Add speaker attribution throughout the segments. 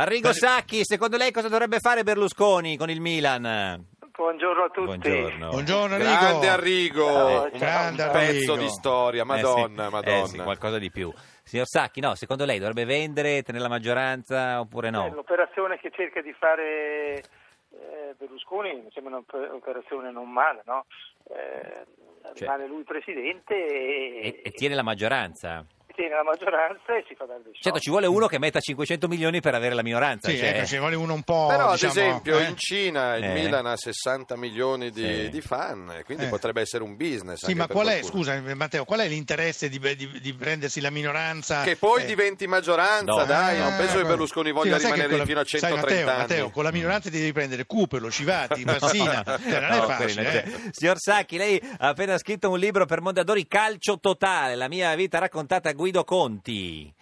Speaker 1: Arrigo Sacchi, secondo lei cosa dovrebbe fare Berlusconi con il Milan?
Speaker 2: Buongiorno a tutti.
Speaker 1: Buongiorno.
Speaker 3: Buongiorno
Speaker 4: Grande
Speaker 3: Enrico.
Speaker 4: Arrigo,
Speaker 2: Ciao,
Speaker 4: Eh, un
Speaker 3: grande
Speaker 4: pezzo
Speaker 3: Arrigo.
Speaker 4: di storia, madonna,
Speaker 1: Eh sì,
Speaker 4: madonna.
Speaker 1: eh sì, qualcosa di più. Signor Sacchi, no, secondo lei dovrebbe vendere, tenere la maggioranza oppure
Speaker 2: Eh,
Speaker 1: no?
Speaker 2: L'operazione che cerca di fare eh, Berlusconi mi sembra un'operazione non male, no? Eh,
Speaker 1: Cioè-
Speaker 2: rimane lui presidente
Speaker 1: E,
Speaker 2: e,
Speaker 1: e tiene la maggioranza.
Speaker 2: tiene la maggioranza e si fa dare dei soldi.
Speaker 1: Certo, ci vuole uno che metta 500 milioni per avere la minoranza.
Speaker 3: Sì,
Speaker 1: cioè-
Speaker 3: ecco, ci vuole uno un po'.
Speaker 4: Però
Speaker 3: diciamo,
Speaker 4: ad esempio
Speaker 3: eh.
Speaker 4: in Cina il
Speaker 1: Eh.
Speaker 4: Milan ha 60 milioni di,
Speaker 1: Sì.
Speaker 4: di fan, e quindi
Speaker 3: Eh.
Speaker 4: potrebbe essere un business.
Speaker 3: Sì,
Speaker 4: anche
Speaker 3: ma
Speaker 4: per
Speaker 3: qual è,
Speaker 4: qualcuno.
Speaker 3: scusa eh, Matteo, qual è l'interesse di, di- di prendersi la minoranza?
Speaker 4: Che poi
Speaker 3: Eh,
Speaker 4: diventi maggioranza,
Speaker 1: No.
Speaker 4: dai, non
Speaker 3: ah,
Speaker 4: penso che
Speaker 3: guarda.
Speaker 4: Berlusconi
Speaker 3: Sì,
Speaker 4: voglia
Speaker 3: ma sai che
Speaker 4: rimanere
Speaker 3: con la-
Speaker 4: fino a
Speaker 3: sai,
Speaker 4: 130
Speaker 3: Matteo,
Speaker 4: anni.
Speaker 3: Matteo, con la minoranza ti devi prendere Cupelo, Civati, Massina, cioè, non è
Speaker 1: eh. No,
Speaker 3: facile.
Speaker 1: quelli-
Speaker 3: eh.
Speaker 1: Signor Sacchi, lei ha appena scritto un libro per Mondadori, Calcio Totale, la mia vita raccontata a Guido Conti.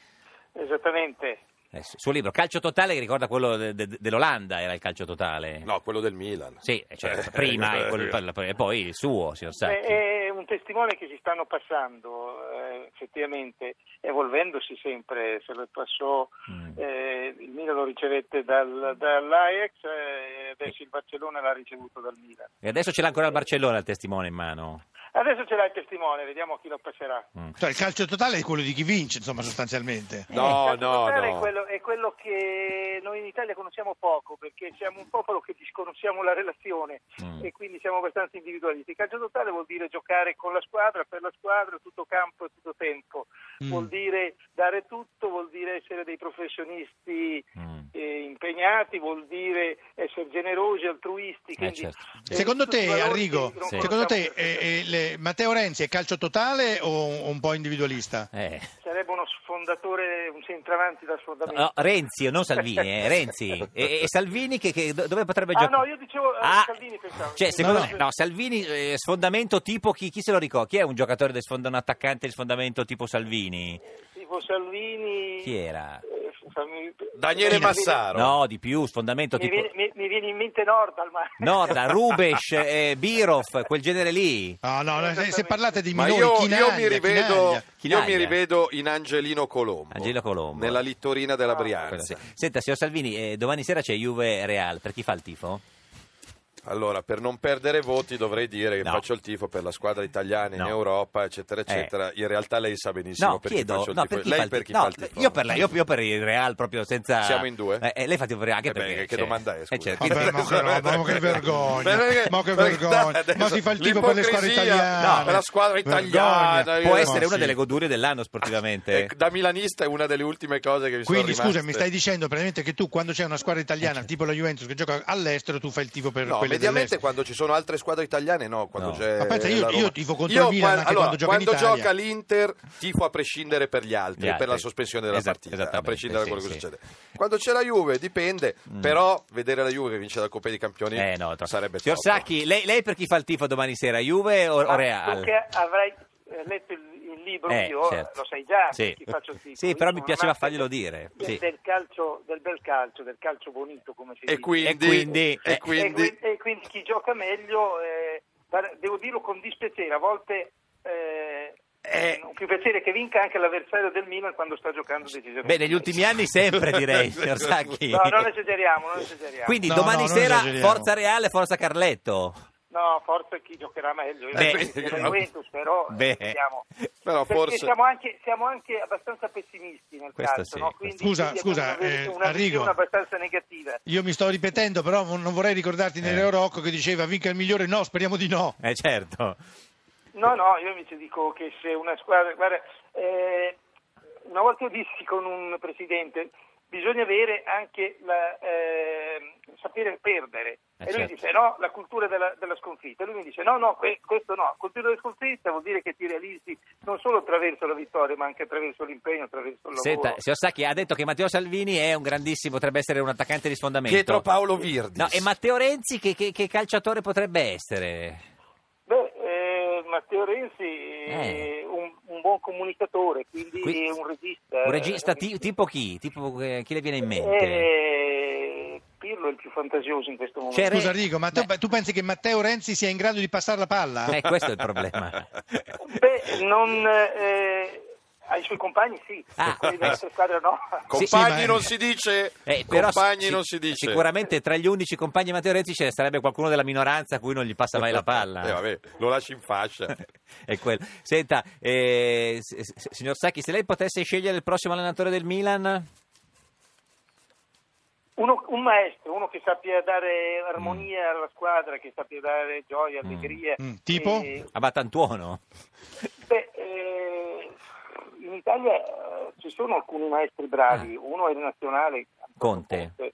Speaker 2: Esattamente.
Speaker 1: Eh, il suo libro, Calcio Totale, che ricorda quello de- de- dell'Olanda, era il Calcio Totale.
Speaker 4: No, quello del Milan.
Speaker 1: Sì, cioè, prima e, quello- e poi il suo, signor
Speaker 2: Beh,
Speaker 1: Sacchi.
Speaker 2: Eh, è un testimone che si stanno passando eh, effettivamente, evolvendosi sempre, se lo passò
Speaker 1: Mm.
Speaker 2: eh, il Milan lo ricevette dal- dall'Ajax eh, adesso il Barcellona l'ha ricevuto dal Milan.
Speaker 1: E adesso ce l'ha ancora il Barcellona il testimone in mano. Mm,
Speaker 2: Adesso ce l'ha il testimone, vediamo a chi lo passerà.
Speaker 3: Cioè, il calcio totale è quello di chi vince, insomma, sostanzialmente.
Speaker 4: No,
Speaker 2: Il calcio
Speaker 4: no,
Speaker 2: totale È
Speaker 4: no.
Speaker 2: quello, è quello che noi in Italia conosciamo poco, perché siamo un popolo che disconosciamo la relazione
Speaker 1: Mm.
Speaker 2: e quindi siamo abbastanza individualisti. Il calcio totale vuol dire giocare con la squadra, per la squadra, tutto campo e tutto tempo.
Speaker 3: Mm.
Speaker 2: Vuol dire dare tutto, vuol dire essere dei professionisti
Speaker 1: Mm.
Speaker 2: eh, impegnati, vuol dire essere generosi, altruisti.
Speaker 1: Eh,
Speaker 2: quindi,
Speaker 1: certo.
Speaker 2: eh,
Speaker 3: Secondo
Speaker 2: tutti i
Speaker 3: te,
Speaker 2: valori
Speaker 3: Arrigo,
Speaker 2: che non
Speaker 1: Sì.
Speaker 3: secondo te
Speaker 2: conosciamo
Speaker 3: eh,
Speaker 2: perfettamente.
Speaker 3: eh, le- Matteo Renzi è calcio totale o un, un po' individualista?
Speaker 1: Eh.
Speaker 2: sarebbe uno sfondatore, un centravanti da sfondamento?
Speaker 1: No, Renzi, non Salvini, eh, Renzi. E, e- e Salvini che, che- do- dove potrebbe
Speaker 2: Ah,
Speaker 1: giocare?
Speaker 2: no, io dicevo, eh, Salvini pensavo.
Speaker 1: Cioè, secondo
Speaker 3: No,
Speaker 1: me,
Speaker 2: no.
Speaker 1: no, Salvini, eh, sfondamento tipo chi, chi se lo ricorda? Chi è un giocatore del sfondamento, un attaccante del sfondamento tipo Salvini?
Speaker 2: tipo Salvini.
Speaker 1: Chi era?
Speaker 2: eh, fammi-
Speaker 4: Daniele
Speaker 2: mi viene-
Speaker 4: Massaro.
Speaker 1: No, di più, sfondamento
Speaker 2: Mi
Speaker 1: tipo...
Speaker 2: viene, mi- mi viene in mente Nordal, ma...
Speaker 1: Norda, Rubesch, eh, Birov, quel genere lì.
Speaker 3: No, Ah,
Speaker 2: Eh,
Speaker 3: no, no, se, se parlate di
Speaker 4: Ma
Speaker 3: minori,
Speaker 4: io,
Speaker 3: Chinaglia,
Speaker 4: io mi rivedo,
Speaker 3: Chinaglia.
Speaker 4: io mi
Speaker 1: Chinaglia.
Speaker 4: rivedo in Angelino Colombo.
Speaker 1: Angelo Colombo.
Speaker 4: Nella Littorina
Speaker 3: Ah,
Speaker 4: della
Speaker 1: Quello sì.
Speaker 4: Brianza.
Speaker 1: Senta, signor Salvini, eh, domani sera c'è Juve-Real, per chi fa il tifo?
Speaker 4: Allora, per non perdere voti dovrei dire che
Speaker 1: No.
Speaker 4: faccio il tifo per la squadra italiana
Speaker 1: No. Eh.
Speaker 4: in Europa, eccetera, eccetera. In realtà lei sa benissimo
Speaker 1: no,
Speaker 4: per
Speaker 1: chiedo,
Speaker 4: chi faccio il
Speaker 1: no,
Speaker 4: tifo.
Speaker 1: per chi fa
Speaker 4: lei
Speaker 1: il
Speaker 4: per
Speaker 1: tifo?
Speaker 4: chi
Speaker 1: No,
Speaker 4: fa il tifo? Eh,
Speaker 1: Io per, la- io- io per il Real proprio senza...
Speaker 4: Siamo in due?
Speaker 1: Eh, eh, lei fa il tifo per il Real anche
Speaker 4: Eh beh,
Speaker 1: perché...
Speaker 4: che domanda è,
Speaker 1: Eh,
Speaker 4: scusa?
Speaker 1: certo.
Speaker 3: Vabbè,
Speaker 1: Quindi-
Speaker 3: ma che roba, ma che vergogna.
Speaker 4: Perché-
Speaker 3: Ma che
Speaker 4: perché-
Speaker 3: vergogna.
Speaker 4: adesso-
Speaker 3: Ma si fa il tifo per le squadre
Speaker 4: l'ipocrisia,
Speaker 3: italiane.
Speaker 4: no, per la squadra italiana,
Speaker 3: Vergogna.
Speaker 4: io-
Speaker 1: Può
Speaker 4: eh,
Speaker 1: essere
Speaker 3: Ma
Speaker 1: una
Speaker 3: sì.
Speaker 1: delle godurie dell'anno sportivamente.
Speaker 4: Eh, da milanista è una delle ultime cose che mi
Speaker 3: Quindi
Speaker 4: sono rimaste. Eh,
Speaker 3: scusa, mi stai dicendo praticamente che tu quando c'è una squadra italiana, tipo la Juventus che gioca all'estero, tu fai il tifo per
Speaker 4: No,
Speaker 3: quelle
Speaker 4: mediamente
Speaker 3: dell'estero.
Speaker 4: quando ci sono altre squadre italiane no, quando
Speaker 1: No.
Speaker 4: c'è
Speaker 3: Ma pensa, io-
Speaker 4: la Roma.
Speaker 3: io tifo contro il Milan
Speaker 4: guarda-
Speaker 3: anche
Speaker 4: allora,
Speaker 3: quando gioca in Italia.
Speaker 4: gioca l'Inter tifo a prescindere per gli altri,
Speaker 1: Gli altri.
Speaker 4: per la sospensione della
Speaker 1: Esatto,
Speaker 4: partita, a
Speaker 1: esattamente,
Speaker 4: prescindere
Speaker 1: sì,
Speaker 4: da quello che
Speaker 1: sì. Mm.
Speaker 4: succede. Quando c'è la Juve dipende, però vedere la Juve che vince la Coppa dei Campioni
Speaker 1: Eh, no, tro-
Speaker 4: sarebbe
Speaker 1: Signor
Speaker 4: troppo.
Speaker 1: Sacchi, lei, lei per chi fa il tifo domani sera? Juve o, o
Speaker 2: Ma
Speaker 1: Real?
Speaker 2: Tu che avrai Ah, eh, letto il, il libro,
Speaker 1: Eh,
Speaker 2: io
Speaker 1: certo.
Speaker 2: lo sai già,
Speaker 1: Sì.
Speaker 2: chi faccio il tifo.
Speaker 1: Sì,
Speaker 2: Io
Speaker 1: però
Speaker 2: sono
Speaker 1: mi piaceva
Speaker 2: amante
Speaker 1: farglielo
Speaker 2: del-
Speaker 1: dire,
Speaker 2: Del,
Speaker 1: sì.
Speaker 2: del calcio, del bel calcio, del calcio bonito, come si
Speaker 4: E
Speaker 2: dice.
Speaker 1: E
Speaker 4: quindi,
Speaker 1: quindi-
Speaker 4: e
Speaker 1: eh.
Speaker 2: E
Speaker 4: quindi-
Speaker 2: quindi, e quindi chi gioca meglio, eh, guarda, devo dirlo con dispiacere, a volte eh,
Speaker 4: Eh.
Speaker 2: un più piacere che vinca anche l'avversario del Milan quando sta giocando decisamente.
Speaker 1: Beh, negli ultimi anni sempre direi, signor Sacchi.
Speaker 2: No, non esageriamo, non esageriamo.
Speaker 1: Quindi
Speaker 3: No,
Speaker 1: domani
Speaker 3: no, non
Speaker 1: sera
Speaker 3: esageriamo.
Speaker 1: Forza Reale, Forza Carletto.
Speaker 2: No, forse chi giocherà meglio. Io
Speaker 1: Beh.
Speaker 2: penso che la Juventus, però eh,
Speaker 1: Beh.
Speaker 2: vediamo.
Speaker 4: Però
Speaker 2: Perché
Speaker 4: forse-
Speaker 2: siamo, anche, siamo anche abbastanza pessimisti nel
Speaker 1: Questo
Speaker 2: calcio,
Speaker 1: sì,
Speaker 2: no?
Speaker 1: questo
Speaker 2: Quindi,
Speaker 3: sì. Scusa,
Speaker 2: quindi
Speaker 3: scusa,
Speaker 2: abbiamo una
Speaker 3: eh,
Speaker 2: visione
Speaker 3: Arrigo.
Speaker 2: abbastanza negativa.
Speaker 3: Io mi sto ripetendo, però vo- non vorrei ricordarti
Speaker 4: Eh.
Speaker 3: nell'Eurocco che diceva vinca il migliore, no, speriamo di no.
Speaker 1: Eh certo.
Speaker 2: No, no, io invece dico che se una squadra... Guarda, eh, una volta io dissi con un presidente, bisogna avere anche la, eh, sapere perdere.
Speaker 1: Eh,
Speaker 2: e lui
Speaker 1: certo.
Speaker 2: dice no, la cultura della, della sconfitta. E lui mi dice no, no, que- questo no. Cultura della sconfitta vuol dire che ti realizzi non solo attraverso la vittoria, ma anche attraverso l'impegno, attraverso il lavoro.
Speaker 1: Senta, signor Sacchi ha detto che Matteo Salvini è un grandissimo, potrebbe essere un attaccante di sfondamento.
Speaker 4: Pietro Paolo Virdi.
Speaker 1: No, e Matteo Renzi che, che- che calciatore potrebbe essere?
Speaker 2: Beh, eh, Matteo Renzi
Speaker 1: Eh.
Speaker 2: è un, un buon comunicatore, quindi
Speaker 1: Qui-
Speaker 2: è un regista.
Speaker 1: Un regista ti- tipo chi? Tipo eh, chi le viene in mente?
Speaker 2: Eh, Pirlo è il più fantasioso in questo momento.
Speaker 1: Cioè, Re-
Speaker 3: Scusa Arrigo, ma tu,
Speaker 1: Beh.
Speaker 3: tu pensi che Matteo Renzi sia in grado di passare la palla?
Speaker 1: Eh, questo è il problema.
Speaker 2: Beh, non, eh, Ai suoi compagni sì,
Speaker 1: Ah.
Speaker 2: a quelli delle altre squadre no.
Speaker 4: Compagni
Speaker 3: Sì, ma-
Speaker 4: non si dice,
Speaker 1: Eh, però
Speaker 4: compagni
Speaker 1: si-
Speaker 4: non si dice.
Speaker 1: Sicuramente tra gli 11 compagni di Matteo Renzi ce ne sarebbe qualcuno della minoranza a cui non gli passa mai la palla.
Speaker 4: Eh, vabbè, lo lasci in fascia.
Speaker 1: È quello. Senta, eh, s- s- signor Sacchi, se lei potesse scegliere il prossimo allenatore del Milan,
Speaker 2: Uno- un maestro, uno che sappia dare armonia alla squadra, che sappia dare gioia,
Speaker 1: Mm.
Speaker 2: allegria.
Speaker 3: Mm. Tipo?
Speaker 2: E-
Speaker 1: a Batantuono.
Speaker 2: Beh, eh, in Italia eh, ci sono alcuni maestri bravi,
Speaker 1: Ah.
Speaker 2: uno è il nazionale
Speaker 1: Conte.
Speaker 2: eh,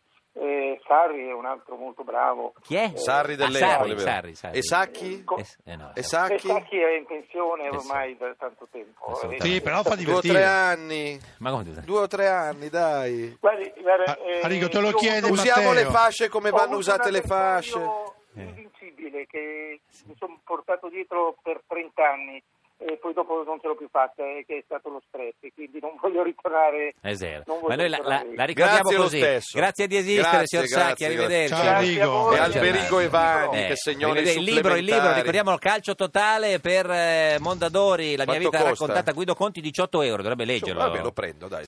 Speaker 2: Sarri è un altro molto bravo. Eh,
Speaker 1: Chi è?
Speaker 4: Sarri
Speaker 1: Ah,
Speaker 4: dell'Empoli.
Speaker 1: Sarri,
Speaker 4: vero?
Speaker 1: Sarri, Sarri.
Speaker 4: E Sacchi?
Speaker 2: Co-
Speaker 1: Eh, s- eh, no.
Speaker 4: E
Speaker 2: Eh,
Speaker 4: Sacchi?
Speaker 2: Sacchi è in pensione
Speaker 1: Eh sì.
Speaker 2: ormai da tanto tempo. Eh,
Speaker 1: Assolutamente.
Speaker 3: Sì, però fa
Speaker 4: Due o tre
Speaker 3: divertire.
Speaker 4: anni,
Speaker 1: Ma come ti-
Speaker 4: due o tre anni, dai.
Speaker 2: Guardi, guarda,
Speaker 3: Ah,
Speaker 2: eh,
Speaker 3: Arrigo, te lo
Speaker 2: io ho
Speaker 3: chiede
Speaker 2: avuto-
Speaker 4: Usiamo
Speaker 3: Matteo.
Speaker 4: le fasce come
Speaker 2: ho
Speaker 4: vanno
Speaker 2: avuto
Speaker 4: usate
Speaker 2: un
Speaker 4: le fasce.
Speaker 2: avversario
Speaker 3: Eh.
Speaker 2: Invincibile che mi sono portato dietro per 30 anni e poi dopo non ce l'ho più fatta e che è stato lo stress, quindi non voglio ritornare.
Speaker 1: È zero.
Speaker 2: non voglio
Speaker 1: Ma noi la, la-
Speaker 2: ritornare.
Speaker 1: la ricordiamo
Speaker 4: Grazie lo
Speaker 1: così.
Speaker 4: stesso.
Speaker 1: Grazie di esistere,
Speaker 4: Grazie,
Speaker 1: signor
Speaker 4: grazie,
Speaker 1: Sacchi.
Speaker 4: grazie.
Speaker 1: Arrivederci.
Speaker 3: Ciao,
Speaker 2: Grazie
Speaker 3: Arrigo.
Speaker 2: a voi.
Speaker 4: E Alberico Evani
Speaker 1: Eh,
Speaker 4: che segnò nei
Speaker 1: rivedete, il libro, il libro,
Speaker 4: supplementari.
Speaker 1: ricordiamo calcio totale per eh, Mondadori, la mia
Speaker 4: Quanto
Speaker 1: vita
Speaker 4: costa?
Speaker 1: raccontata, Guido Conti 18 euro, dovrebbe leggerlo.
Speaker 4: Vabbè, lo prendo, dai.